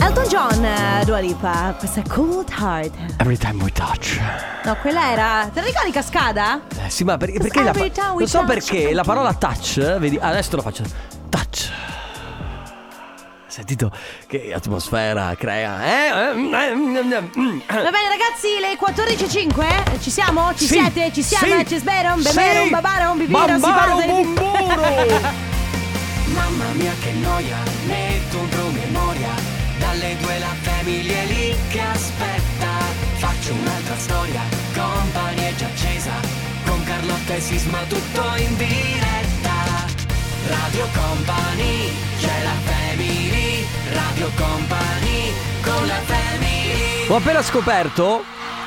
Elton John, eh, Dua Lipa. Questa è Cold Heart. Every time we touch. No, quella era. Te la ricordi Cascada? Eh, sì, ma per- perché la every time pa- we Non so touch- perché la parola touch, eh, vedi, ah, adesso te lo faccio. Touch. Sentito che atmosfera crea. Eh? Eh, mm, eh, mm, mm, mm. Va bene, ragazzi, le 14.05. eh, Ci siamo? Ci Sì, siete? Ci siamo? sì, Ci sberon, beberon, sì. babaron, bibiron, si Bambaro, parla del- bomboro. Mamma mia che noia, metto un promemoria Dalle due la famiglia è lì che aspetta Faccio un'altra storia, compagnie è già accesa Con Carlotta e Sisma tutto in diretta Radio Company, c'è la family Radio Company, con la family Ho appena scoperto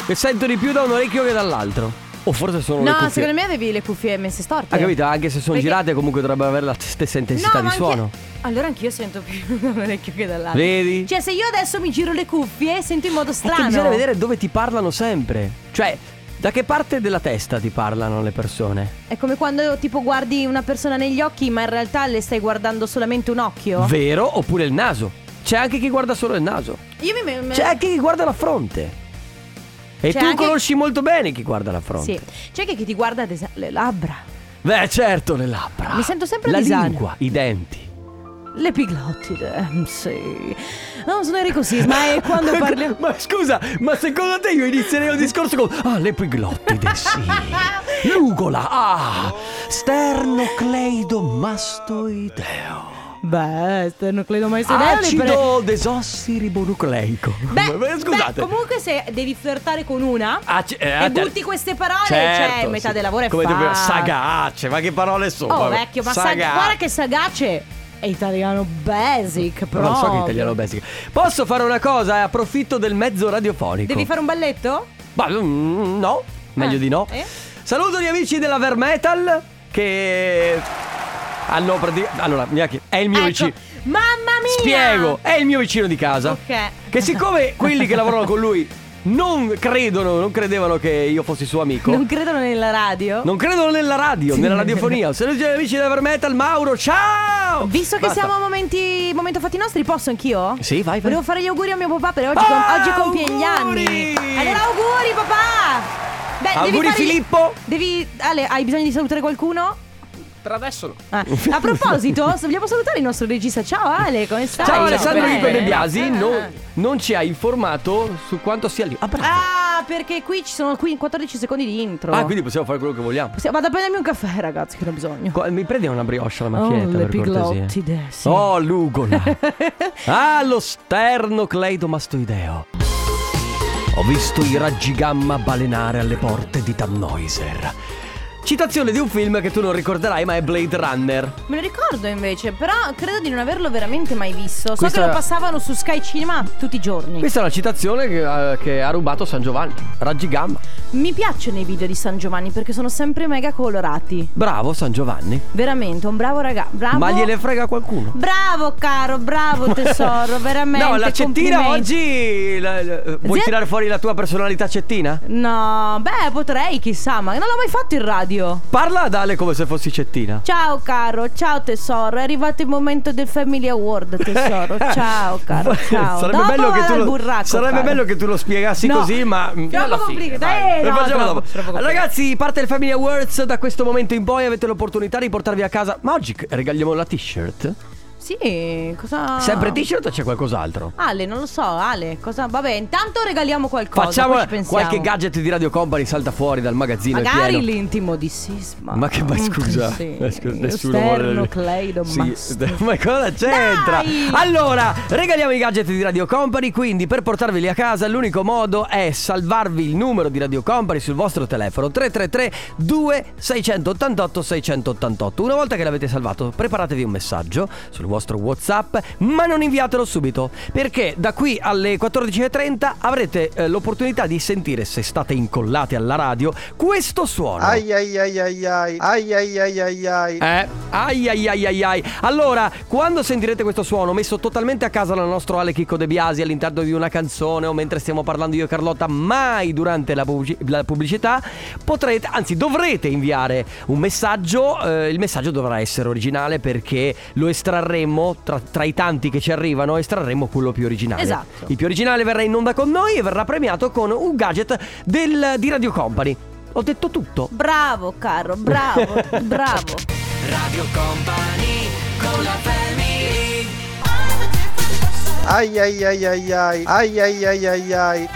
che sento di più da un orecchio che dall'altro. O forse sono le No, cuffie. secondo me avevi le cuffie messe storte. Ha capito? Anche se sono Perché- girate, comunque dovrebbero avere la stessa intensità ma di anche- suono. Allora anch'io sento più da un orecchio che dall'altro. Vedi? Cioè, se io adesso mi giro le cuffie, sento in modo È Eh, che strano. bisogna vedere dove ti parlano sempre. Cioè, da che parte della testa ti parlano le persone? È come quando tipo guardi una persona negli occhi, ma in realtà le stai guardando solamente un occhio. Vero oppure il naso? C'è anche chi guarda solo il naso. Io mi. me- C'è anche chi guarda la fronte. E C'è tu anche- conosci molto bene chi guarda la fronte. Sì. C'è che chi ti guarda ad es- le labbra, Beh, certo, le labbra. Mi sento sempre a La disagio. lingua, i denti. le piglottide. mm, Sì. Non sono Enrico Sisma e quando parliamo. Ma scusa, ma secondo te io inizierei un discorso con Ah, l'epiglottide, sì Lugola, ah Sternocleidomastoideo Beh, non credo mai Acido desossiribonucleico Beh, Ma beh, Scusate comunque se devi flirtare con una Aci- eh, e te- butti queste parole, Certo, cioè metà sì. del lavoro è Come fatto. proprio sagace, ma che parole sono? Oh Vabbè, vecchio, ma sag- sagace. guarda che sagace è italiano basic, Però però. non so che italiano basic. Posso fare una cosa? eh? Approfitto del mezzo radiofonico. Devi fare un balletto? Ma mm, no, meglio Ah, di no. eh? Saluto gli amici della Vermetal che hanno prati- Allora, mira che è il mio Ecco. vicino. Mamma mia! Spiego, è il mio vicino di casa. Ok. Che siccome quelli che lavorano con lui non credono, non credevano che io fossi suo amico. Non credono nella radio. non credono nella radio, nella radiofonia. Saluti gli amici della Vermetal, Mauro, ciao! Visto che Basta. siamo a momenti, momento fatti nostri, posso anch'io? Sì, vai, vai. Volevo fare gli auguri a mio papà perché oggi, Ah, oggi compie gli auguri! anni. Allora auguri papà! Beh, devi Auguri fare gli- Filippo. Devi Ale, hai bisogno di salutare qualcuno? Per adesso no. A proposito, vogliamo salutare il nostro regista. Ciao Ale, come stai? Ciao Alessandro Bene. Rico De Biasi, Ah. non, non ci ha informato su quanto sia lì. Ah, bravo. Ah, perché qui ci sono qui 14 secondi di intro. Ah, quindi possiamo fare quello che vogliamo. Possiamo- Vado a prendermi un caffè, ragazzi, che ne ho bisogno. Qua- Mi prendi una brioche la Oh, macchinetta le per cortesia. piglottide, sì. Oh, l'ugola. ah, lo sternocleidomastoideo. Ho visto i raggi gamma balenare alle porte di Tannoiser. Citazione di un film che tu non ricorderai, ma è Blade Runner. Me lo ricordo invece, però credo di non averlo veramente mai visto. So Questa- che lo passavano su Sky Cinema tutti i giorni. Questa è una citazione che, eh, che ha rubato San Giovanni. Raggi gamma. Mi piacciono i video di San Giovanni perché sono sempre mega colorati. Bravo San Giovanni. Veramente, un bravo ragazzo. Bravo. Ma gliene frega qualcuno. Bravo caro, bravo tesoro, veramente. No, la cettina complimenti. oggi. la- la- vuoi Zero- tirare fuori la tua personalità cettina? No, beh, potrei, chissà, ma non l'ho mai fatto in radio. Parla ad Ale come se fossi cettina. Ciao caro, ciao tesoro, è arrivato il momento del Family Award tesoro. Ciao caro, ciao. Eh, sarebbe Dopo bello che vado tu lo, al burraco, sarebbe caro. bello che tu lo spiegassi No. così, ma mm, Troppo alla fine, complicato, dai. eh, Lo no, facciamo troppo, dopo. troppo complicato. Ragazzi, parte il Family Awards. Da questo momento in poi avete l'opportunità di portarvi a casa. Ma oggi c- regaliamo la t-shirt. Sì, cosa Sempre t-shirt o c'è qualcos'altro? Ale, non lo so, Ale, cosa vabbè, intanto regaliamo qualcosa, Facciamo poi ci pensiamo. qualche gadget di Radio Company salta fuori dal magazzino. è Magari pieno. l'intimo di sisma. Mm, Ma che ma scusa, Sì. ma scusa, nessuno vuole Esterno Cleido sì, Ma cosa c'entra? Dai! Allora, regaliamo i gadget di Radio Company, quindi per portarveli a casa l'unico modo è salvarvi il numero di Radio Company sul vostro telefono 333 2688 688. Una volta che l'avete salvato, preparatevi un messaggio sul vostro WhatsApp, ma non inviatelo subito, perché da qui alle 14:30 avrete eh, l'opportunità di sentire se state incollati alla radio questo suono. Ai ai ai ai ai ai ai ai ai ai Eh, ai ai ai ai ai. Allora, quando sentirete questo suono messo totalmente a casa dal nostro Ale Chicco De Biasi all'interno di una canzone o mentre stiamo parlando io e Carlotta, mai durante la, pubblici- la pubblicità, potrete, anzi dovrete inviare un messaggio, eh, il messaggio dovrà essere originale perché lo estrarremo estrarremo tra, tra i tanti che ci arrivano, estrarremo quello più originale. Esatto. Il più originale verrà in onda con noi e verrà premiato con un gadget del- di Radio Company. Ho detto tutto. Bravo, caro, bravo, Cioè, bravo. Radio Company con la family Ai ai ai ai ai. Ai ai ai ai ai.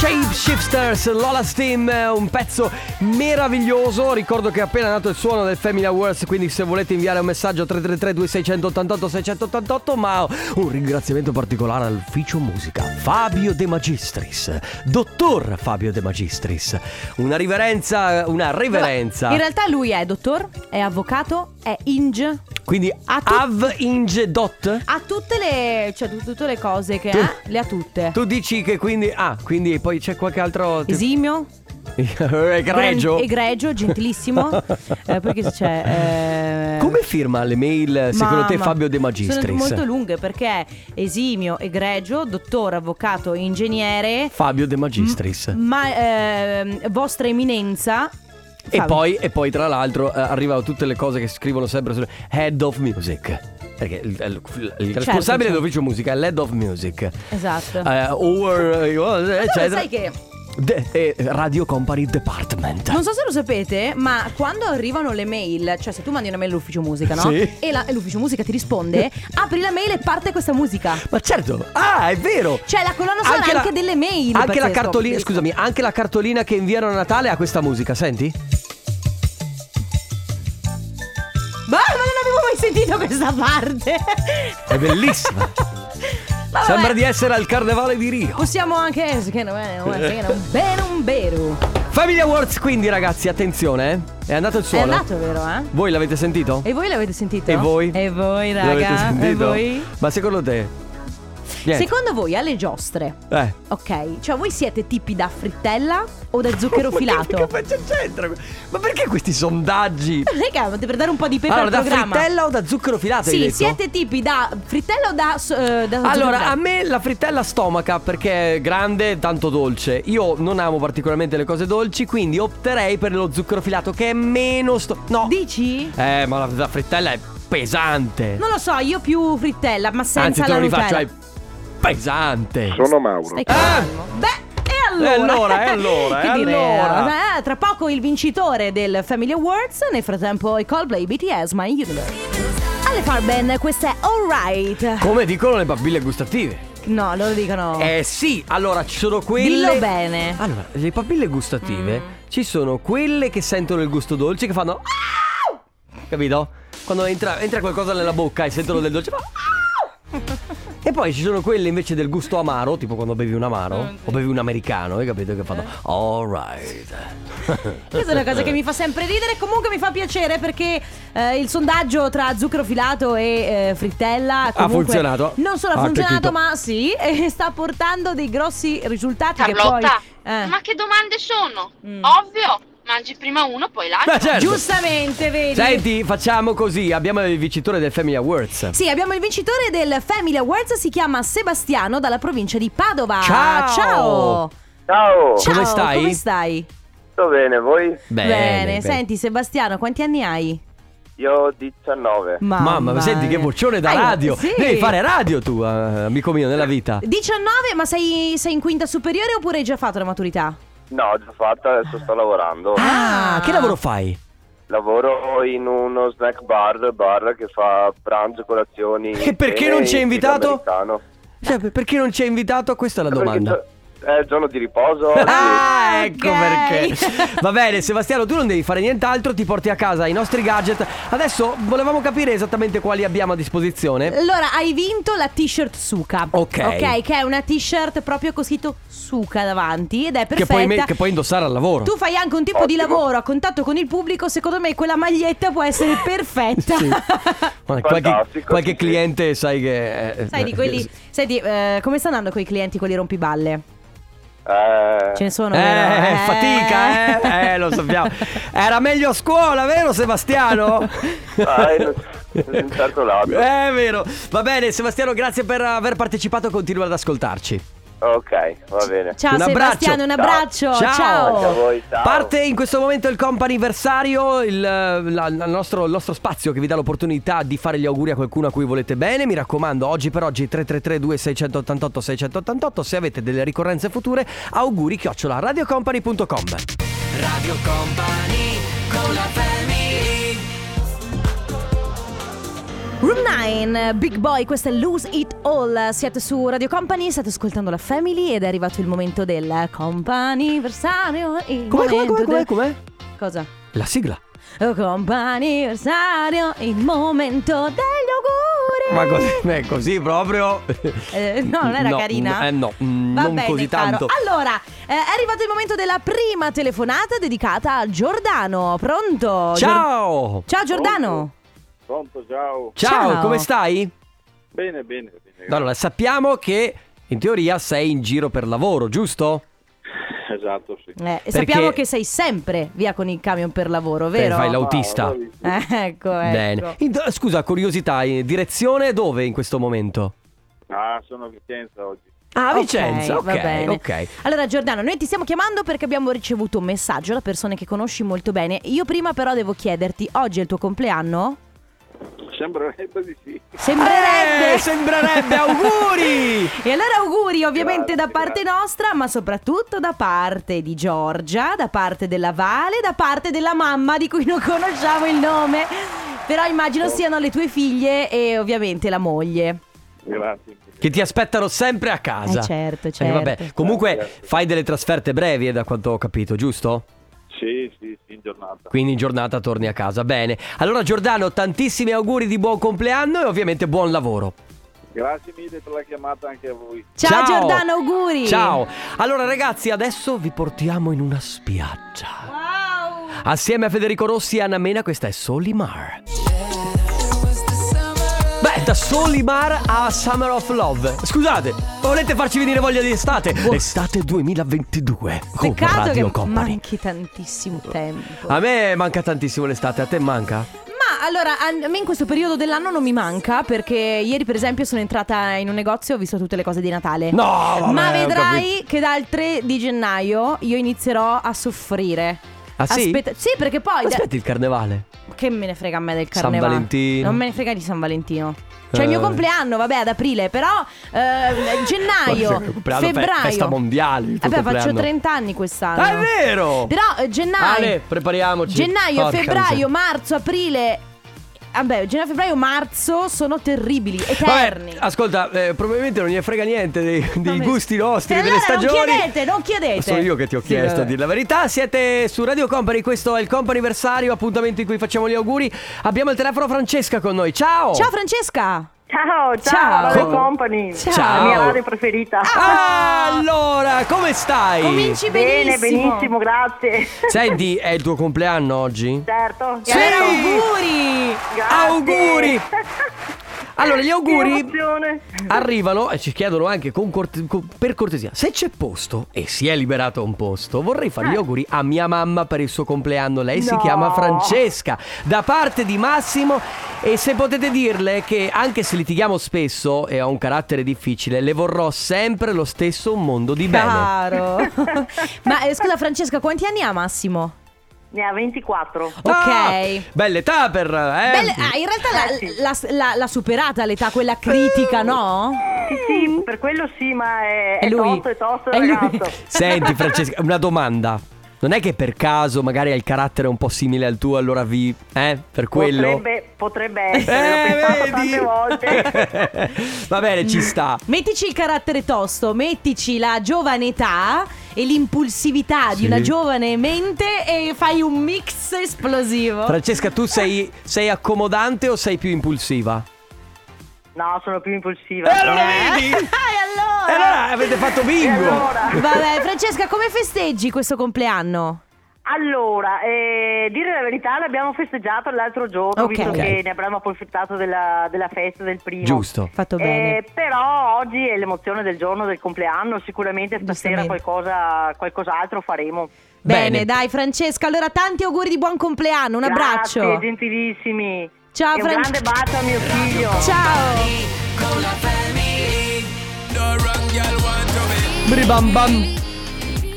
Shapeshifters, Lola Steam, eh, un pezzo meraviglioso. Ricordo che è appena nato il suono del Family Awards, quindi se volete inviare un messaggio 333 2688 688, ma un ringraziamento particolare all'ufficio musica Fabio De Magistris, dottor Fabio De Magistris. Una riverenza, eh, una reverenza. In realtà lui è dottor, è avvocato, è inge, Quindi a tu- av inge dot. ha tutte le, cioè, tu- tutte le cose che ha, le ha tutte. Tu dici che quindi ah, quindi poi c'è qualche altro tipo- Esimio, egregio. gran- egregio, gentilissimo. eh, poi che c'è? Eh, Come firma le mail secondo te mamma, Fabio De Sono Magistris? molto lunghe perché è esimio, egregio, dottore, avvocato, ingegnere, Fabio De Magistris. ma ehm, vostra eminenza. E, Fabio. poi, e poi, tra l'altro, eh, arrivano tutte le cose che scrivono sempre su Head of Music. Perché il, il- il responsabile certo. dell'ufficio musica è l'Head of Music. Esatto. Eh, or, Ma tu lo eccetera. sai che De- eh, Radio Company Department. Non so se lo sapete, ma quando arrivano le mail, cioè se tu mandi una mail all'ufficio musica, no? Sì. E, la- e l'ufficio musica ti risponde, apri la mail e parte questa musica. Ma certo, ah, è vero. Cioè, la colonna sonora anche, delle mail. Anche la pazzesco. cartolina, scusami, anche la cartolina che inviano a Natale ha questa musica, senti? Bah, ma non avevo mai sentito questa parte. È bellissima. Vabbè. Sembra di essere al carnevale di Rio. Possiamo anche. Che non è non è- che non- Bene, un vero. Family Awards quindi ragazzi, attenzione, eh. è andato il È suono. andato, vero, eh? Voi l'avete sentito? E voi l'avete sentito? E voi? E voi, L'avete raga. E sentito? voi? Ma secondo te? Niente. Secondo voi alle giostre, Eh. ok? Cioè, voi siete tipi da frittella o da zucchero Ma che- Che filato? faccia c'entra? Ma perché questi sondaggi? Raga, per dare un po' di pepe allora, da al programma. frittella o da zucchero filato? hai Sì, detto? siete tipi da frittella o da, s- eh, da Allora, a zucchero? me la frittella stomaca perché è grande e tanto dolce. Io non amo particolarmente le cose dolci, quindi opterei per lo zucchero filato che è meno sto- No. Dici? Eh, ma la, la frittella è pesante. Non lo so, io più frittella, ma senza Anzi, te la lo Nutella. rifaccio, è pesante. Stai calmo. Beh, e allora? E Ah! Eh, allora, e allora, Che e dire? allora? Eh, tra poco il vincitore del Family Awards, nel frattempo i Coldplay BTS My Universe. Alle Farben, questa è Alright. Come dicono le papille gustative. No, loro dicono. Eh sì, allora ci sono quelle. Dillo bene. Mm. Allora, le papille gustative ci sono quelle che sentono il gusto dolce che fanno. Capito? Quando entra, entra qualcosa nella bocca e sentono del dolce. fanno E poi ci sono quelle invece del gusto amaro, tipo quando bevi un Mm, amaro o bevi un americano, hai capito che fanno alright. Ah, Questa è una cosa che mi fa sempre ridere. Comunque mi fa piacere perché eh, il sondaggio tra zucchero filato e eh, frittella comunque funzionato. Non solo ha Ha funzionato, attecchito. ma sì, e sta portando dei grossi risultati. Carlotta, che poi, eh, ma che domande sono? Mm. Ovvio, mangi prima uno, poi l'altro. Beh, certo. giustamente, vedi? Senti, facciamo così, abbiamo il vincitore del Family Awards. Sì, abbiamo il vincitore del Family Awards, si chiama Sebastiano dalla provincia di Padova. Ciao! Ciao! Ciao, Ciao, Come stai? Come stai? tutto bene voi? senti Sebastiano, quanti anni hai? Io ho 19. Mamma, ma senti che mia. boccione da Hai- radio. sì. Devi fare radio tu, eh, amico mio, nella vita. 19, ma sei, sei in quinta superiore oppure hai già fatto la maturità? No, ho già fatta, adesso sto lavorando. Ah, che lavoro fai? Lavoro in uno snack bar, bar che fa pranzo, colazioni. E perché cene non ci hai in stile invitato? americano. Cioè, per- perché non ci hai invitato? Questa è la Perché domanda. gio- È giorno di riposo oggi. Ah, Ok. ecco perché. Va bene, Sebastiano, tu non devi fare nient'altro, ti porti a casa i nostri gadget. Adesso volevamo capire esattamente quali abbiamo a disposizione. Allora, hai vinto la t-shirt Suka. Ok. Ok, che è una t-shirt proprio con scritto Suka davanti ed è Che perfetta. puoi, me- che puoi indossare al lavoro. Tu fai anche un tipo di Ottimo. lavoro a contatto con il pubblico, secondo me quella maglietta può essere perfetta. Sì. Guarda, Qualche, Fantastico, qualche sì, sì. cliente, sai che. eh, Sai di eh, quelli. Senti, eh, come stanno andando quei clienti, quelli rompiballe? Eh, Ce ne sono. Eh, vero? Eh. fatica, eh? Eh, lo sappiamo. Era meglio a scuola, vero Sebastiano? Eh, Ah, eh, da un certo lato. È vero. Va bene, Sebastiano, grazie per aver partecipato. Continua ad ascoltarci. Ok, va bene. Ciao Un abbraccio. Sebastiano, un Ciao. abbraccio. Ciao. Grazie a voi, ciao. Parte in questo momento il comp anniversario, il, eh, la- la nostro, il nostro spazio che vi dà l'opportunità di fare gli auguri a qualcuno a cui volete bene. Mi raccomando, oggi per oggi 333-2688-688. Se avete delle ricorrenze future, auguri chiocciola radiocompany.com. Radio Company con la family Room 9, Big Boy, questo è Lose It All. Siete su Radio Company, state ascoltando la Family ed è arrivato il momento del comp'anniversario. il Com'è, com'è, momento com'è, com'è, del- com'è? Cosa? La sigla. Oh, comp'anniversario, il momento degli auguri. Ma così, beh, così proprio. Eh, no, non era No, carina. eh, no, mm, Va non bene, così caro. tanto. Allora, eh, è arrivato il momento della prima telefonata dedicata a Giordano. Pronto? Gior- Ciao! Oh. Ciao Giordano. Pronto, ciao. Ciao, Ciao. come stai? Bene, bene, bene. Allora, sappiamo che in teoria sei in giro per lavoro, giusto? Esatto, sì. Eh, Sappiamo che sei sempre via con il camion per lavoro, vero? Per fai Ah, l'autista. Eh, ecco, ecco. Bene. Int- scusa, curiosità, in direzione dove in questo momento? Ah, sono a Vicenza oggi. Ah, Ok, Vicenza, ok, va bene. ok. Allora Giordano, noi ti stiamo chiamando perché abbiamo ricevuto un messaggio da persone che conosci molto bene. Io prima però devo chiederti, oggi è il tuo compleanno? Sembrerebbe di sì. Sembrerebbe! Eh, sembrerebbe, auguri! E allora auguri ovviamente da Grazie, parte nostra, ma soprattutto da parte di Giorgia, da parte della Vale, da parte della mamma di cui non conosciamo il nome. Però Oh. immagino siano le tue figlie e ovviamente la moglie. Grazie. Che ti aspettano sempre a casa. Eh, certo, Eh, certo. vabbè. Comunque fai delle trasferte brevi, eh, da quanto ho capito, giusto? Sì, sì, sì, in giornata. Quindi in giornata torni a casa. Bene. Allora Giordano, tantissimi auguri di buon compleanno e ovviamente buon lavoro. Grazie mille per la chiamata anche a voi. Ciao, Giordano, auguri! Ciao. Allora ragazzi, adesso vi portiamo in una spiaggia. Wow! Assieme a Federico Rossi e Anna Mena, questa è Solimar. Beh, da Solimar a Summer of Love. Scusate, volete farci venire voglia di estate? Estate 2022. con Peccato Radio che Company. manchi tantissimo tempo. A me manca tantissimo l'estate, a te manca? Ma allora, a me in questo periodo dell'anno non mi manca perché ieri per esempio sono entrata in un negozio e ho visto tutte le cose di Natale. No, vabbè, Eh, Ma ho vedrai che dal 3 di gennaio io inizierò a soffrire. Ah, sì? Aspetta- sì, perché poi. da- Aspetti il carnevale. che me ne frega a me del San carnevale? Valentino. Non me ne frega di San Valentino. Cioè, Eh. il mio compleanno, vabbè, ad aprile, però. eh, gennaio, Guarda, il compleanno, fe- febbraio. Festa mondiale. il tuo Vabbè, faccio compleanno. 30 anni quest'anno. Ah, è vero! Però, eh, gennaio. Ale, prepariamoci. Gennaio, Porca miseria. febbraio, marzo, aprile. Vabbè, gennaio, febbraio, marzo sono terribili, eterni. Vabbè, ascolta, eh, probabilmente non gli frega niente dei, dei Vabbè. gusti nostri, E delle allora Eh, non stagioni. chiedete, non chiedete. Sono io che ti ho Sì, chiesto vabbè. a dire la verità. Siete su Radio Company, questo è il comp'anniversario, appuntamento in cui facciamo gli auguri. Abbiamo il telefono Francesca con noi. Ciao! Ciao Francesca! Ciao, Ciao. ciao, Radio Come- Company. Ciao. La mia radio preferita. Ah, allora, come stai? Cominci benissimo. Bene, benissimo, grazie. Senti, è il tuo compleanno oggi? Certo. Sì. Allora, certo, auguri! grazie. Auguri. Allora, gli Che auguri emozione. arrivano e ci chiedono anche con corte- con- per cortesia se c'è posto e si è liberato un posto. Vorrei fare gli auguri a mia mamma per il suo compleanno. Lei si No. chiama Francesca da parte di Massimo. E se potete dirle che anche se litighiamo spesso e ho un carattere difficile, le vorrò sempre lo stesso un mondo di bene. Caro. Ma eh, scusa Francesca, quanti anni ha Massimo? Ne ha 24. Ok. Ah, belle tupper, eh. Belle- ah, in realtà l'ha, l'ha- l'ha- l'ha superata l'età, quella Eh. critica, no? Sì, sì, per quello sì, ma è, È lui. tosto, è tosto È il lui. ragazzo. Senti Francesca, una domanda. Non è che per caso magari hai il carattere un po' simile al tuo, allora vi... Eh, per quello... Potrebbe, potrebbe essere, Eh, l'ho pensato tante volte. Va bene, ci sta. Mettici il carattere tosto, mettici la giovane età e l'impulsività Sì. di una giovane mente e fai un mix esplosivo. Francesca, tu sei, sei accomodante o sei più impulsiva? No, sono più impulsiva. allora Eh? vedi? e E allora? allora avete fatto E bingo! allora? Vabbè, Francesca, come festeggi questo compleanno? Allora, eh, dire la verità, l'abbiamo festeggiato l'altro giorno, Ok. visto Ok. che ne avremmo approfittato della, della festa del primo. Giusto. Fatto bene. Eh, però oggi è l'emozione del giorno del compleanno, sicuramente stasera Giustamente. qualcosa, qualcos'altro faremo. Bene, Bene. dai Francesca, allora tanti auguri di buon compleanno, un Grazie, abbraccio. gentilissimi. Ciao, e un Fran- grande bacio a mio figlio. Ciao. con la family. No wrong girl want to be. Bribam bam.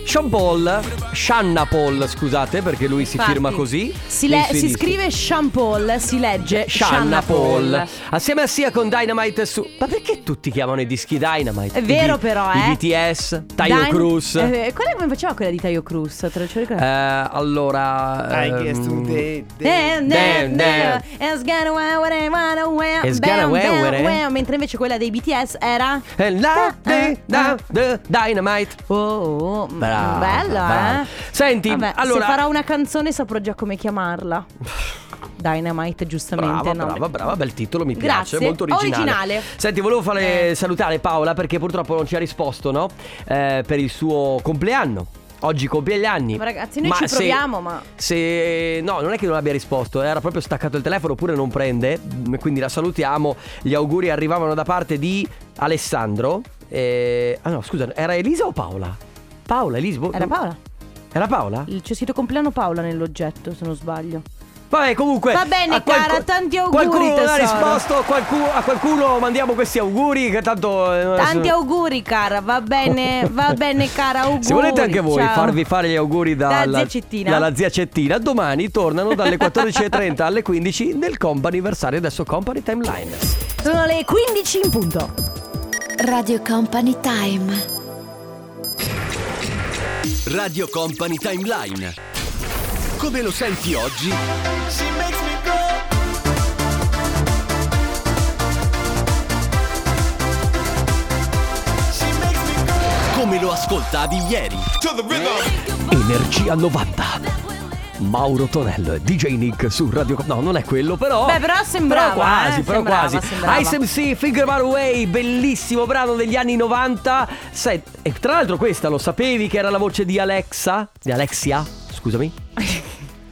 Sean Paul, Shanna Paul, scusate perché lui si Infatti. firma così. Si, nei le- suoi si dischi. scrive Sean Paul, si legge Shanna Shanna Paul. Paul. Assieme a Sia con Dynamite su. Ma perché tutti chiamano i dischi Dynamite? È vero I- però, i eh. BTS, Taylor Dai- Cruz. Eh, quella come faceva quella di Taylor Cruz? Te lo ci ricordi? Eh, allora. I guess ehm, today. Eh, damn, no, no, damn. it's gonna wear what I wanna wear, It's gonna bam, wear bam, what I- wear. Mentre invece quella dei BTS era And la- Eh, de- da- de- Dynamite. Oh, oh, oh, m- Brava, bello, brava. eh? Senti, Vabbè, allora- se farò una canzone saprò già come chiamarla. Dynamite, giustamente. Brava, no? brava, brava, bel titolo, mi Grazie, piace, molto originale. originale. Eh. Senti, volevo fare, salutare Paola perché purtroppo non ci ha risposto, no? Eh, per il suo compleanno. Oggi compie gli anni. Ma ragazzi, noi Ma ci se- proviamo, ma Se no, non è che non abbia risposto, era proprio staccato il telefono oppure non prende, mm, quindi la salutiamo. Gli auguri arrivavano da parte di Alessandro. eh, Ah no, scusa, era Elisa o Paola? Paola, Elisa. boh, era no. Paola. Era Paola? Il- C'è scritto compleanno Paola nell'oggetto, se non sbaglio. Vabbè, comunque. Va bene, a qualcu- cara, tanti auguri, Qualcuno non ha tesoro. risposto, qualcu- a qualcuno mandiamo questi auguri. Che tanto. eh, non- Tanti auguri, cara. Va bene, va bene, cara. Auguri. Se volete anche voi Ciao. farvi fare gli auguri dalla, Da zia Cettina. dalla zia Cettina, domani tornano dalle 14.30 alle 15 nel comp anniversario adesso Company Timeline. Sono le 15 in punto. Radio Company Time. Radio Company Timeline. Come lo senti oggi? Come lo ascoltavi ieri? Energia 90. Mauro Tonello e DJ Nick su Radio Com- No, non è quello, però. Beh, però sembrava, Però quasi, eh, però sembrava, quasi. sembrava. Ice MC Finger Bar Way, bellissimo brano degli anni 90. Sai, e tra l'altro, questa lo sapevi che era la voce di Alexa? Di Alexia? Scusami.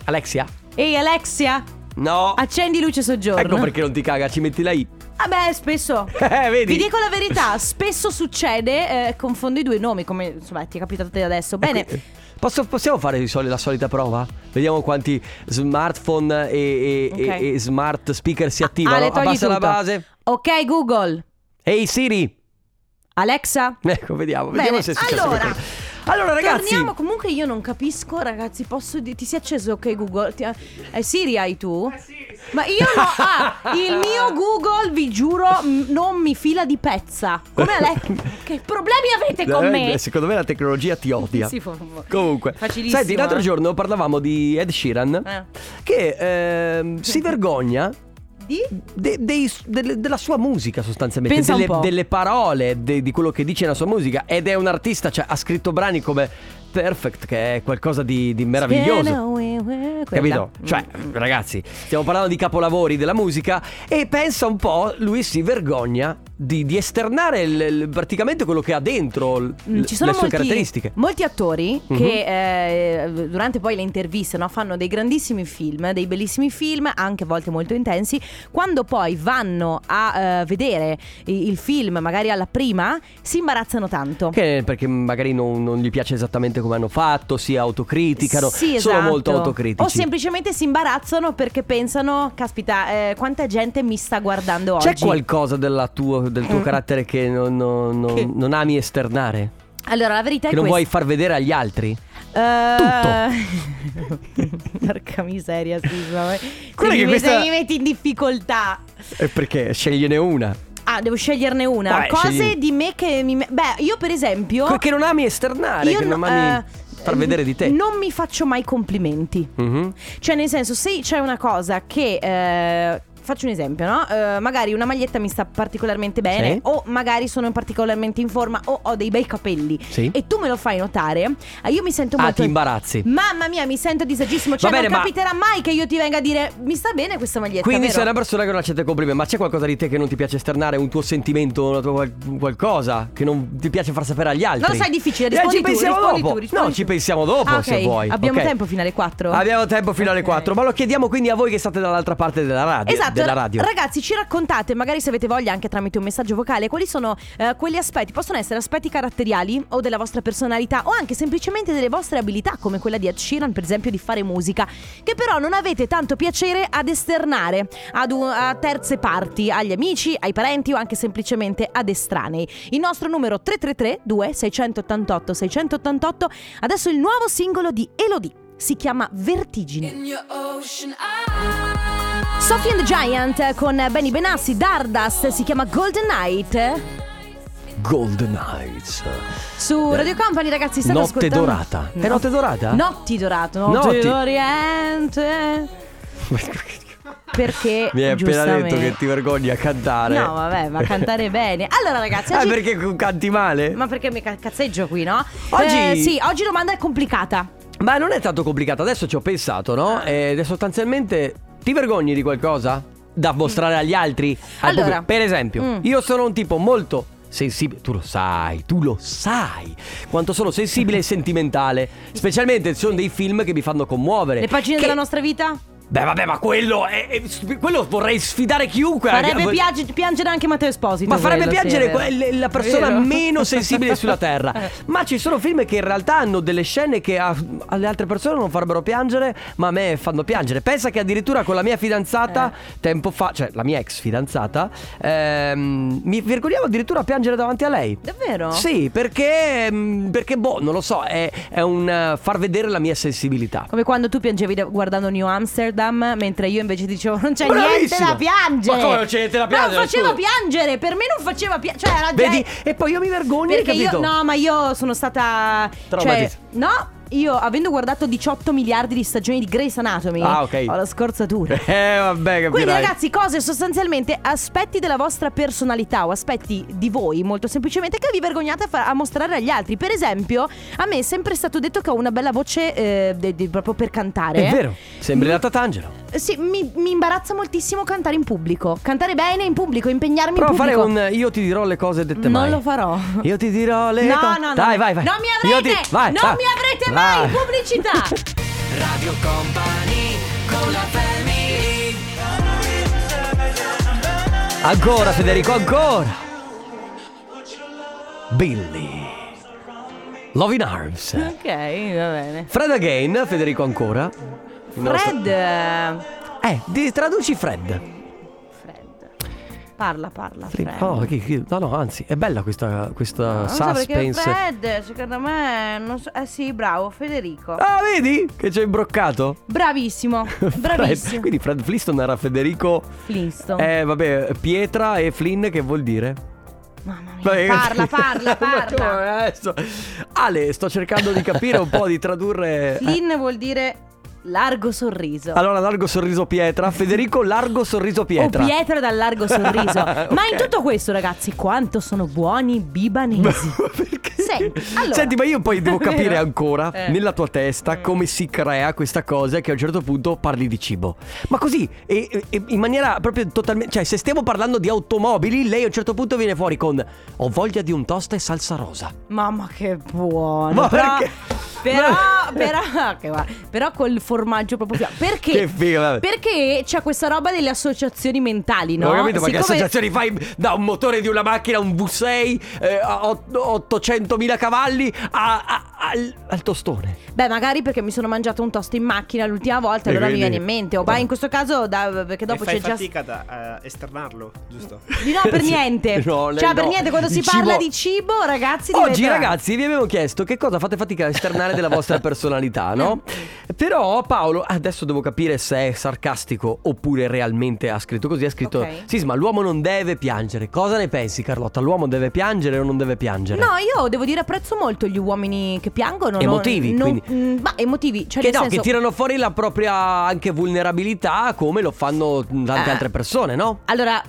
Alexia? Ehi, Alexia, No. accendi luce soggiorno. Ecco perché non ti caga, ci metti la I. Vabbè, spesso. Eh, vedi? Vi dico la verità, spesso succede, eh, confondo i due nomi, come insomma ti è capitato a te adesso. Ecco, Bene, Posso- possiamo fare di soli- la solita prova? Vediamo quanti smartphone e, e- Ok. e- e smart speaker si attivano. Ale, togli Abbassa la tutto. base. ok Google, Ehi Siri. Alexa. Ecco, vediamo, Bene, vediamo se è successo allora, qualcosa. Allora ragazzi, Torniamo, comunque io non capisco, ragazzi, posso di- ti si è acceso ok Google? Ti- eh, Siri hai tu? Ma io no, ah, il mio Google, vi giuro, m- non mi fila di pezza. Come Alexa? che problemi avete con Eh, me? secondo me la tecnologia ti odia. Sì, fa- fa- Comunque, Facilissimo, senti, l'altro eh. giorno parlavamo di Ed Sheeran Eh. che ehm, si vergogna Di? de- dei- delle- della sua musica sostanzialmente, Pensa un delle, po'. delle parole, de- di quello che dice nella sua musica ed è un artista, cioè ha scritto brani come Perfect che è qualcosa di, di meraviglioso. eh, Quella. Capito? Cioè, Mm. ragazzi, stiamo parlando di capolavori della musica e pensa un po', lui si vergogna di, di esternare il- il- praticamente quello che ha dentro l- Mm, ci sono le sue molti, caratteristiche. molti attori Mhm. che eh, durante poi le interviste no, fanno dei grandissimi film, dei bellissimi film, anche a volte molto intensi. Quando poi vanno a eh, vedere i- il film, magari alla prima, si imbarazzano tanto. Che- perché magari non, non gli piace esattamente come hanno fatto, si autocriticano, Sì, sono esatto. molto autocritici. O semplicemente si imbarazzano perché pensano, caspita, eh, quanta gente mi sta guardando C'è oggi. Eh. qualcosa della tua- del tuo carattere che non, non- non- Che- non ami esternare? Allora, la verità Che è non questa. vuoi far vedere agli altri? Tutto. Porca miseria, sì, ma- Guarda se che mi, se questa- mi metti in difficoltà. E perché? Scegliene una. Ah, devo sceglierne una. Vai, Cose scegli. di me che mi. Beh, io per esempio. Che non ami esternare, io che non no- ami eh, far vedere di te. Non mi faccio mai complimenti. Mhm. Cioè, nel senso, se c'è una cosa che. eh, Faccio un esempio, no? Eh, magari una maglietta mi sta particolarmente bene, Sì. o magari sono particolarmente in forma, o ho dei bei capelli. Sì. E tu me lo fai notare, ah, io mi sento Ah, molto. ti imbarazzi. Mamma mia, mi sento disagissimo. Cioè, Va bene, non ma- capiterà mai che io ti venga a dire mi sta bene questa maglietta. Quindi vero? sei una persona che non accetta complimenti, ma c'è qualcosa di te che non ti piace esternare, un tuo sentimento, una tua qual- qualcosa che non ti piace far sapere agli altri? Non lo sai, è difficile. Eh, Rispondi ci tu, pensiamo rispondi dopo. tu, rispondi no, tu. ci pensiamo dopo Ah, ok. se vuoi. Abbiamo ok? tempo fino alle 4? Abbiamo tempo fino alle Ok. 4, ma lo chiediamo quindi a voi che state dall'altra parte della radio. Esatto, della radio. Ragazzi, ci raccontate, magari se avete voglia anche tramite un messaggio vocale, quali sono eh, quegli aspetti? Possono essere aspetti caratteriali o della vostra personalità o anche semplicemente delle vostre abilità, come quella di Ed Sheeran, per esempio, di fare musica, che però non avete tanto piacere ad esternare ad un- a terze parti, agli amici, ai parenti o anche semplicemente ad estranei. Il nostro numero 333 2688 688 adesso il nuovo singolo di Elodie. Si chiama Vertigine. Sophie and the Giant con Benny Benassi, Dardas, si chiama Golden Night. Golden Heights. Su Radio Company, ragazzi, state Eh, Notte ascoltando. dorata. È notte dorata? Notti dorata, Notti. notte d'oriente. Perché Mi hai appena detto giustamente- che ti vergogni a cantare. No, vabbè, ma cantare bene. Allora, ragazzi, Ah, oggi... perché canti male? Ma perché mi ca- cazzeggio qui, no? Oggi- Eh, sì, oggi domanda è complicata. Ma non è tanto complicato, adesso ci ho pensato, Ah. no? Ed è sostanzialmente. Ti vergogni di qualcosa? Da mostrare agli altri? Al Mm. Allora. pubblico? Per esempio, Mm. io sono un tipo molto sensibile. Tu lo sai, tu lo sai quanto sono sensibile e sentimentale. Specialmente ci sono dei film che mi fanno commuovere. Le pagine Che- della nostra vita? Beh, vabbè, ma quello. È, è- quello vorrei sfidare chiunque. Farebbe Vo- piag- piangere anche Matteo Esposito. ma farebbe quello, sì, è piangere vero. quel- la persona Vero. Eh. meno sensibile sulla terra. Ma ci sono film che in realtà hanno delle scene che a- alle altre persone non farebbero piangere, ma a me fanno piangere. Pensa che addirittura con la mia fidanzata, Eh. tempo fa, cioè la mia ex fidanzata, ehm, mi vergognavo addirittura a piangere davanti a lei. Davvero? Sì, perché, mm, perché boh, non lo so, è, è un eh, far vedere la mia sensibilità. Come quando tu piangevi da- guardando New Amsterdam, mentre io invece dicevo non c'è Bravissima! niente da piangere. Ma come non c'è niente da piangere, Non faceva scusa? piangere, per me non faceva piangere. Cioè, era Vedi? gente- E poi io mi vergogno, Perché io, capito? no, ma io sono stata. Cioè, Traumatizzata. no, io avendo guardato 18 miliardi di stagioni di Grey's Anatomy, Ah, ok. ho la scorzatura. Eh, vabbè, capirai. Quindi ragazzi, cose sostanzialmente, aspetti della vostra personalità o aspetti di voi, molto semplicemente, che vi vergognate a, fa- a mostrare agli altri. Per esempio, a me è sempre stato detto che ho una bella voce eh, de- de- proprio per cantare. Eh, È vero, sembri la Tatangelo. Sì, eh? mi, mi imbarazza moltissimo cantare in pubblico. Cantare bene in pubblico, impegnarmi Prova a in fare pubblico. un eh, io ti dirò le cose dette Non mai. lo farò. Io ti dirò le No, cose. no, no. Dai, vai, vai. Non mi Io avrete, ti- vai, non vai. mi avrete mai Vai. in pubblicità. Radio Company con la family Ancora, Federico, ancora. Billy. Love in Arms. ok, va bene. Fred again, Federico ancora. Non lo so. Fred. eh, Eh, di- traduci Fred. Fred. Parla, parla. Fred. Oh, chi- chi- no, no, anzi, è bella questa, questa Non so perché suspense. Fred, secondo me, non so- eh sì, bravo, Federico. Ah, vedi che ci hai imbroccato? Bravissimo, Fred. bravissimo. Quindi Fred Flintstone era Federico. Flintstone. Eh, vabbè, Pietra e Flynn, che vuol dire? Mamma mia. Vabbè, Parla, Ma parla, come parla. adesso? Ale, sto cercando di capire un po', di tradurre. Eh, Flynn vuol dire largo sorriso. Allora, largo sorriso pietra. Federico, largo sorriso pietra. O Pietro Oh, dal largo sorriso. Ok. Ma in tutto questo, ragazzi, quanto sono buoni i bibanesi. Perché? Senti, allora. Senti, ma io poi devo Vero? capire ancora Eh. nella tua testa come si crea questa cosa che a un certo punto parli di cibo. Ma così, e- e- in maniera proprio totalmente... Cioè, se stiamo parlando di automobili, lei a un certo punto viene fuori con ho voglia di un toast e salsa rosa. Mamma che buono. Ma però, perché? Però, Ma- però, che guarda, però col formaggio proprio fiamma. Perché? Che figo, vabbè. Perché c'è questa roba delle associazioni mentali, no? Non ho capito ma che Siccome- associazioni fai da un motore di una macchina, un V6 eh, a ott- 800.000 cavalli a- a- al, al tostone. Beh, magari perché mi sono mangiato un toast in macchina l'ultima volta, E allora mi viene quindi- in mente. O vai in questo caso, da- perché dopo e c'è fai già. fatica da eh, esternarlo, giusto? Di no, per Sì. niente. No, lei cioè, per no. niente, quando si Il parla cibo- di cibo, ragazzi. Oggi diventa- ragazzi vi abbiamo chiesto che cosa fate fatica a esternare della vostra personalità, no? Però Paolo, adesso devo capire se è sarcastico oppure realmente ha scritto così, ha scritto Ok. Sisma, l'uomo non deve piangere. Cosa ne pensi Carlotta? L'uomo deve piangere o non deve piangere? No, io devo dire apprezzo molto gli uomini che piangono. non- Emotivi, non- quindi. mm, Ma emotivi, cioè Che nel no, senso- che tirano fuori la propria anche vulnerabilità come lo fanno tante Eh. altre persone, no? Allora,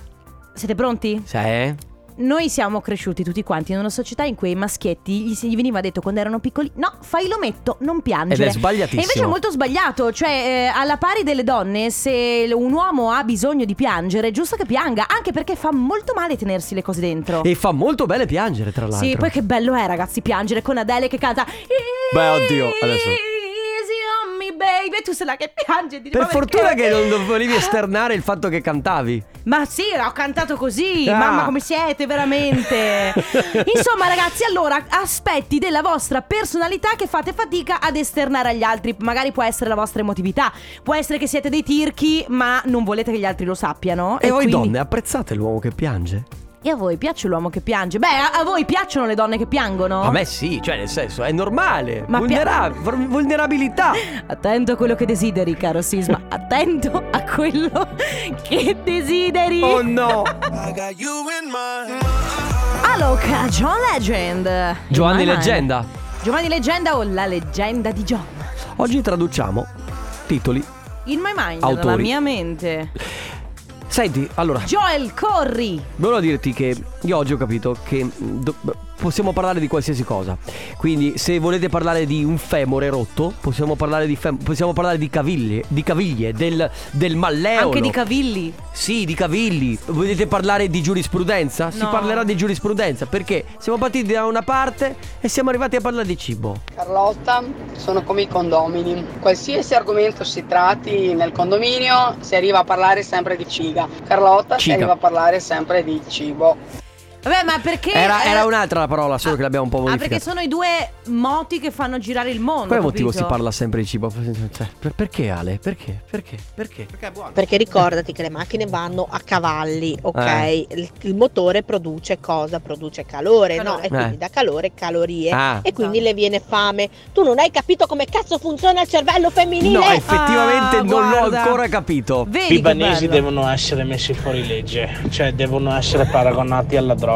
siete pronti? Sì. eh? Noi siamo cresciuti tutti quanti in una società in cui ai maschietti gli, si- gli veniva detto quando erano piccoli: no, fai l'ometto, non piangere. Ed è Cioè, E sbagliatissimo. invece è molto sbagliato. Cioè, eh, alla pari delle donne, se l- un uomo ha bisogno di piangere, è giusto che pianga, anche perché fa molto male tenersi le cose dentro. E fa molto bene piangere, tra l'altro. Sì, poi che bello è, ragazzi, piangere con Adele che canta. Beh, oddio, adesso. Easy on me, baby. Olivia e tu sei là che piangi. e dici, Per "Ma perché?" fortuna che non volevi esternare il fatto che cantavi. Ma sì, ho cantato così. Ah. Mamma, come siete veramente? Insomma, ragazzi, allora, aspetti della vostra personalità che fate fatica ad esternare agli altri. Magari può essere la vostra emotività, può essere che siete dei tirchi, ma non volete che gli altri lo sappiano. E, voi quindi- donne apprezzate l'uomo che piange? E a voi piace l'uomo che piange? Beh, a, a voi piacciono le donne che piangono? A me sì, cioè nel senso è normale. Ma pia- Vulnera- vor- vulnerabilità. Attento a quello che desideri, caro Sisma. Attento a quello che desideri. Oh no. Alok, John Legend. In Giovanni my mind. Leggenda. Giovanni Leggenda o la leggenda di John? Oggi traduciamo titoli. In my mind, Autori. nella mia mente. Senti, allora, Joel, corri! volevo dirti che io oggi ho capito che mm, do- possiamo parlare di qualsiasi cosa. Quindi se volete parlare di un femore rotto, possiamo parlare di, fem- possiamo parlare di caviglie, di caviglie, del, del malleolo. Anche di cavilli. Sì, di cavilli. Volete parlare di giurisprudenza? Si No. parlerà di giurisprudenza perché siamo partiti da una parte e siamo arrivati a parlare di cibo. Carlotta, sono come i condomini. Qualsiasi argomento si tratti nel condominio, si arriva a parlare sempre di ciga. Carlotta, si Ciga. arriva a parlare sempre di cibo. Vabbè, ma perché. Era, era un'altra la parola, solo Ah, che l'abbiamo un po' Ah, modificata. perché sono i due moti che fanno girare il mondo. Qual è il motivo capito? si parla sempre di cibo? Cioè, per- perché Ale? Perché? Perché? Perché? Perché è buono. Perché ricordati che le macchine vanno a cavalli, ok? Eh. Il, il motore produce cosa? Produce calore, no? Calore. E quindi Eh. da calore calorie. Eh. Ah. E quindi le viene fame. Tu non hai capito come cazzo funziona il cervello femminile? No, effettivamente Ah, non l'ho guarda. ancora capito. Vedi che bello. essere messi fuori legge, cioè devono essere paragonati alla droga.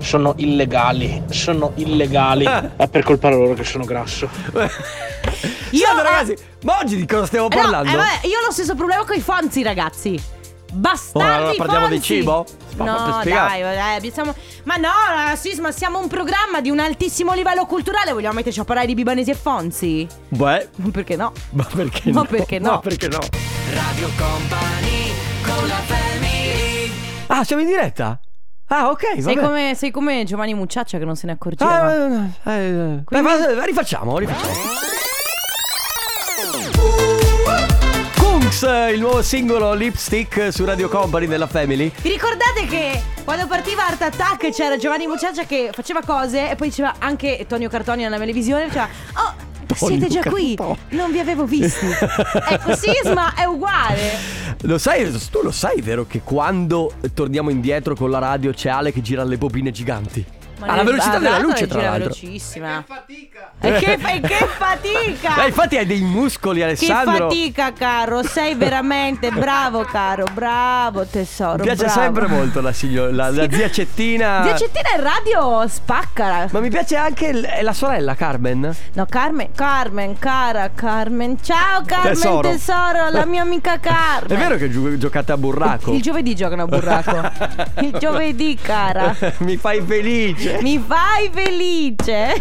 Sono illegali, sono illegali. È per colpa loro che sono grasso. Io Senta, ho- ragazzi, ma oggi di cosa stiamo Eh no, parlando? eh, vabbè, io ho lo stesso problema con i fonzi, ragazzi. Bastardi Ora allora parliamo di fonzi. cibo? Ma per No, spiegare. dai, dai, siamo- ma no, ragazzi, ma siamo un programma di un altissimo livello culturale. Vogliamo metterci a parlare di Bibanesi e Fonzi? Beh, Perché no? ma perché Ma no? perché no? Ma perché no? Ah, siamo in diretta? Ah, ok, va Sei bene. come, sei come Giovanni Mucciaccia che non se ne accorgeva. Ah, eh, eh, eh. Dai, va- rifacciamo, rifacciamo. Kungs, il nuovo singolo Lipstick su Radio Company della Family. Vi ricordate che quando partiva Art Attack c'era Giovanni Mucciaccia che faceva cose e poi diceva anche Tonio Cartoni nella televisione diceva "Oh, siete già qui, non vi avevo visti". ecco, Sisma è uguale. Lo sai, tu lo sai, vero, che quando torniamo indietro con la radio c'è Ale che gira le bobine giganti. Ma Alla nel- velocità ah, della l'altro luce, tra gira l'altro. velocissima. Fatica. E che, fa- e che fatica! Ma infatti hai dei muscoli, Che Alessandro. fatica, caro. Sei veramente bravo, caro. Bravo, tesoro. Mi piace bravo. sempre molto la, signora, la, la zia Cettina. Zia Cettina in radio spacca. Ma mi piace anche l- è la sorella Carmen. No, Carmen, Carmen, cara, Carmen. Ciao, Carmen, Tesoro. tesoro, la mia amica Carmen. È vero che gio- giocate a burraco. Il giovedì giocano a burraco. Il giovedì, cara. mi fai felice. Mi fai felice.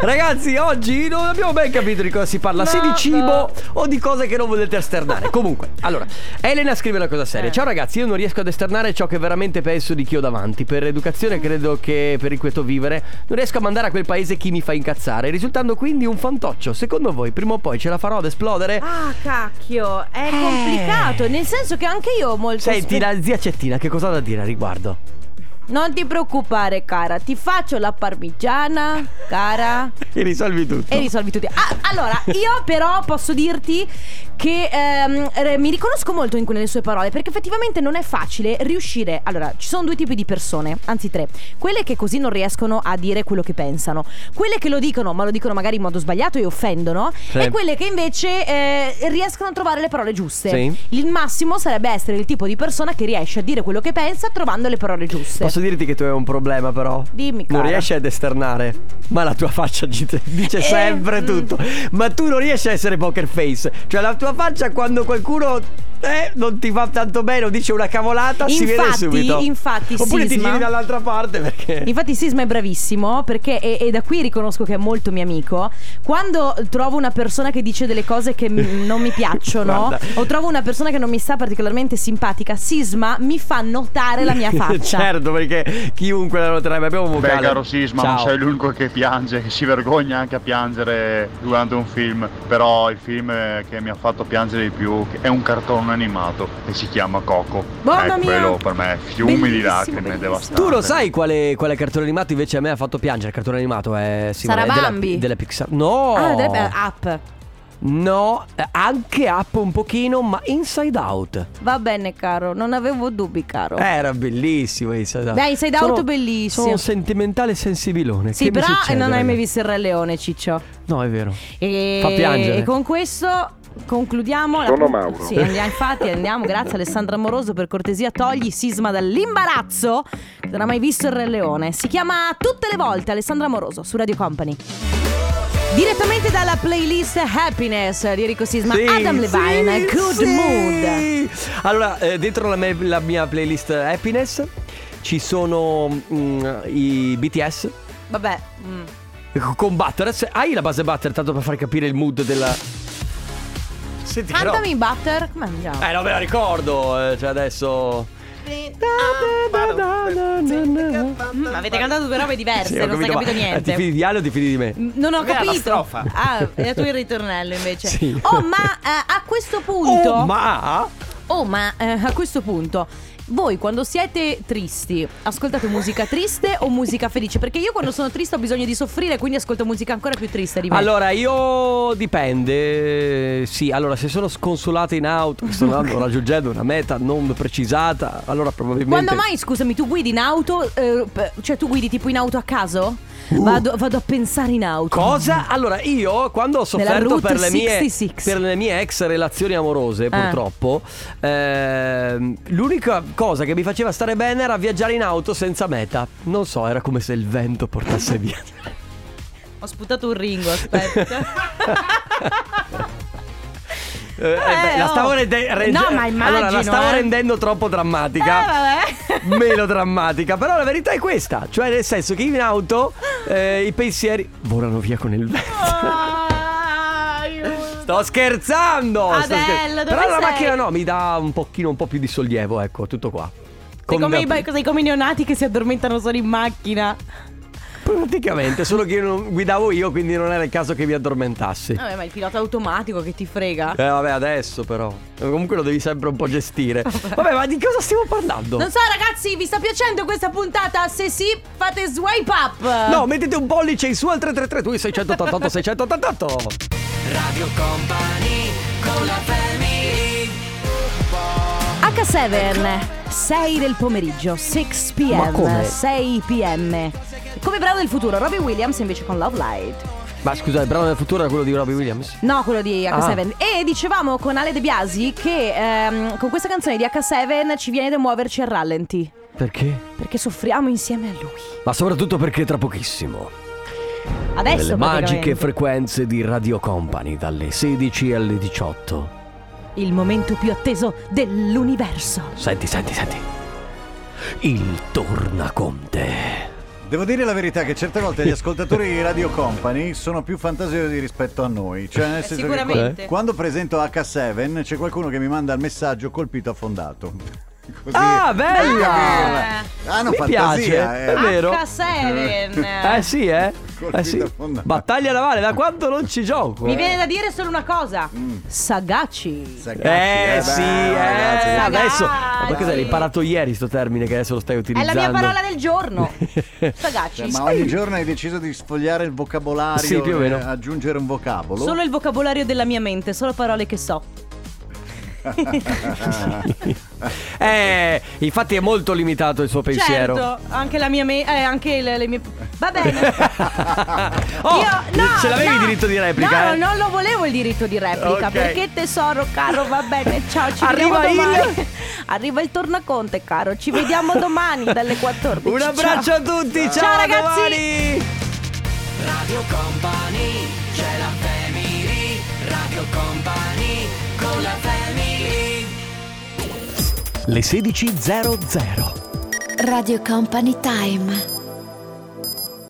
Ragazzi, oggi non abbiamo ben capito di cosa si parla, se di No, cibo no. o di cose che non volete esternare. Comunque, allora, Elena scrive una cosa Eh. seria. Ciao ragazzi, io non riesco ad esternare ciò che veramente penso di chi ho davanti. Per educazione credo che per il quieto vivere non riesco a mandare a quel paese chi mi fa incazzare, risultando quindi un fantoccio. Secondo voi, prima o poi ce la farò ad esplodere? Ah, cacchio. È Eh. complicato. Nel senso che anche io molto Senti, spe- la zia Cettina, che cosa ha da dire a riguardo? Non ti preoccupare, cara. Ti faccio la parmigiana, cara. E risolvi tutto. E risolvi tutti. Ah, allora, io però posso dirti che ehm, re- mi riconosco molto in quelle sue parole perché effettivamente non è facile riuscire. Allora, ci sono due tipi di persone, anzi tre. Quelle che così non riescono a dire quello che pensano, quelle che lo dicono, ma lo dicono magari in modo sbagliato e offendono, Sì. e quelle che invece eh, riescono a trovare le parole giuste. Sì. Il massimo sarebbe essere il tipo di persona che riesce a dire quello che pensa trovando le parole giuste. Posso dirti che tu hai un problema però? Dimmi, Non cara. riesci ad esternare, ma la tua faccia gite- dice Eh, sempre mm. tutto. Ma tu non riesci a essere poker face. Cioè la tua faccia quando qualcuno eh, non ti fa tanto bene o dice una cavolata si vede Infatti- subito. infatti, Oppure ti Sisma- giri dall'altra parte perché... Infatti Sisma è bravissimo perché, e, e da qui riconosco che è molto mio amico, quando trovo una persona che dice delle cose che m- non mi piacciono Guarda. o trovo una persona che non mi sta particolarmente simpatica, Sisma mi fa notare la mia faccia. certo, perché chiunque la noterebbe. Abbiamo un vocale. Beh, caro Sisma, Ciao. non sei l'unico che piange, che si vergogna anche a piangere durante un film. Però il film eh, che mi ha fatto fatto piangere di più è un cartone animato e si chiama Coco. Mamma eh, mia! quello per me è fiumi di Bellissimo, lacrime bellissimo. devastante. Tu lo sai quale, quale cartone animato invece a me ha fatto piangere? Il cartone animato è Simone, Sarà è della- Bambi? Della, Pixar. No! Ah, dovrebbe up. No, eh, anche up un pochino, ma Inside Out. Va bene, caro, non avevo dubbi, caro. Eh, Era bellissimo Inside Out. Beh, Inside Out Sono- bellissimo. Sono sentimentale e sensibilone. sì, Che mi però eh, succede, non hai ragazzi? mai Eh, visto il Re Leone, Ciccio. No, è vero. E Fa piangere. e con questo concludiamo. la- Sono Mauro. Sì, andiamo, infatti, andiamo. Grazie, Alessandra Moroso. Per cortesia, togli Sisma dall'imbarazzo. che Non ha mai visto il Re Leone. Si chiama Tutte le volte Alessandra Moroso su Radio Company. Direttamente dalla playlist Happiness di Enrico Sisma, Sì, Adam sì, Levine, eh, Good sì. Mood. Allora, eh, dentro la, me- la mia playlist eh, Happiness ci sono mm, i BTS. Vabbè. mm. Con Butter. Se- Hai la base Butter, tanto per far capire il mood della. Senti, però. Cantami Butter, come andiamo? Eh, no, me la ricordo. eh, Cioè, adesso. Ah, Ma Mm, avete cantato due robe diverse, Sì, ho non si è capito, ma- capito eh, Ti fidi niente. di Ale o ti fidi di me? Non ho Era la capito. strofa. Ah, era tu il ritornello invece. Sì. Oh, ma eh, a questo punto. Oh, ma. Oh, ma, eh, a questo punto. Voi quando siete tristi, ascoltate musica triste o musica felice? Perché io quando sono triste ho bisogno di soffrire, quindi ascolto musica ancora più triste di me. Allora, io dipende. Sì, allora, se sono sconsolato in auto, che sto andando raggiungendo una meta non precisata, allora probabilmente. Quando mai, scusami, tu guidi in auto? eh, p- cioè, tu guidi tipo in auto a caso? Uh. Vado, vado a pensare in auto. Cosa? Allora, io quando ho Nella sofferto Route Ah. per le, mie, 66. per le mie ex relazioni amorose, purtroppo, ehm, l'unica cosa che mi faceva stare bene era viaggiare in auto senza meta. Non so, era come se il vento portasse via. Ho sputato un ringo, aspetta. Eh, eh, beh, la oh. stavo rende- rende- No, ma immagino, allora, la stavo eh. rendendo troppo drammatica. melodrammatica. Però la verità è questa: cioè, nel senso che in auto eh, i pensieri volano via con il vento. Sto scherzando! sto Adele, scherzando. dove Però la sei? macchina no, mi dà un pochino un po' più di sollievo, ecco, tutto qua. Sei Con- come, i, ba- sei come i neonati che si addormentano solo in macchina. Praticamente, solo che io non guidavo io, quindi non era il caso che mi addormentassi. Vabbè, ma il pilota automatico che ti frega. Eh vabbè adesso però Comunque lo devi sempre un po' gestire Vabbè ma di cosa stiamo parlando? Non so, ragazzi, vi sta piacendo questa puntata? Se sì, fate swipe up. No, mettete un pollice in su al 333 tu 688 688. Radio Company con la family H7, 6 del pomeriggio, 6 pm. Ma come? 6 pm. Come bravo del futuro, Robbie Williams invece con Love Light. Ma scusa, il brano del futuro era quello di Robbie Williams? No, quello di H7. Ah. E dicevamo con Ale De Biasi che ehm, con questa canzone di H7 ci viene da muoverci al rallenti. Perché? Perché soffriamo insieme a lui. Ma soprattutto perché tra pochissimo Adesso Le magiche praticamente. frequenze di Radio Company dalle 16 alle 18 Il momento più atteso dell'universo. Senti, senti, senti Il tornaconte Devo dire la verità che certe volte gli ascoltatori di Radio Company sono più fantasiosi rispetto a noi. Cioè, nel senso che sicuramente. qua- quando presento H7 c'è qualcuno che mi manda il messaggio colpito affondato. Così. Ah, bella! Eh, Ah, no, Mi fantasia, piace, eh. è vero H7. Eh sì, eh, eh sì. Battaglia navale, da quanto non ci gioco Mi eh? viene da dire solo una cosa. Mm. Sagaci. Eh, sì, eh, ragazzi. adesso Ragazzi. ma cosa l'hai imparato ieri sto termine che adesso lo stai È la utilizzando? mia parola del giorno. Cioè, Sagaci. ma ogni giorno hai deciso di sfogliare il vocabolario Sì, più o meno. e aggiungere un vocabolo. Solo il vocabolario della mia mente, solo parole che so. Ah. Eh, infatti è molto limitato il suo pensiero. Certo, anche la mia me- eh, anche le, le mie Va bene. Oh, Io no, ce l'avevi no. il diritto di replica, No, eh? non lo volevo il diritto di replica, Ok. perché tesoro caro, va bene, ciao, ci Arriva vediamo il- domani. Arriva il tornaconte, caro, ci vediamo domani dalle 14. Un abbraccio a tutti, ciao, ciao a ragazzi. domani. Radio Company c'è la family Radio Company con la family Le 16.00. Radio Company Time.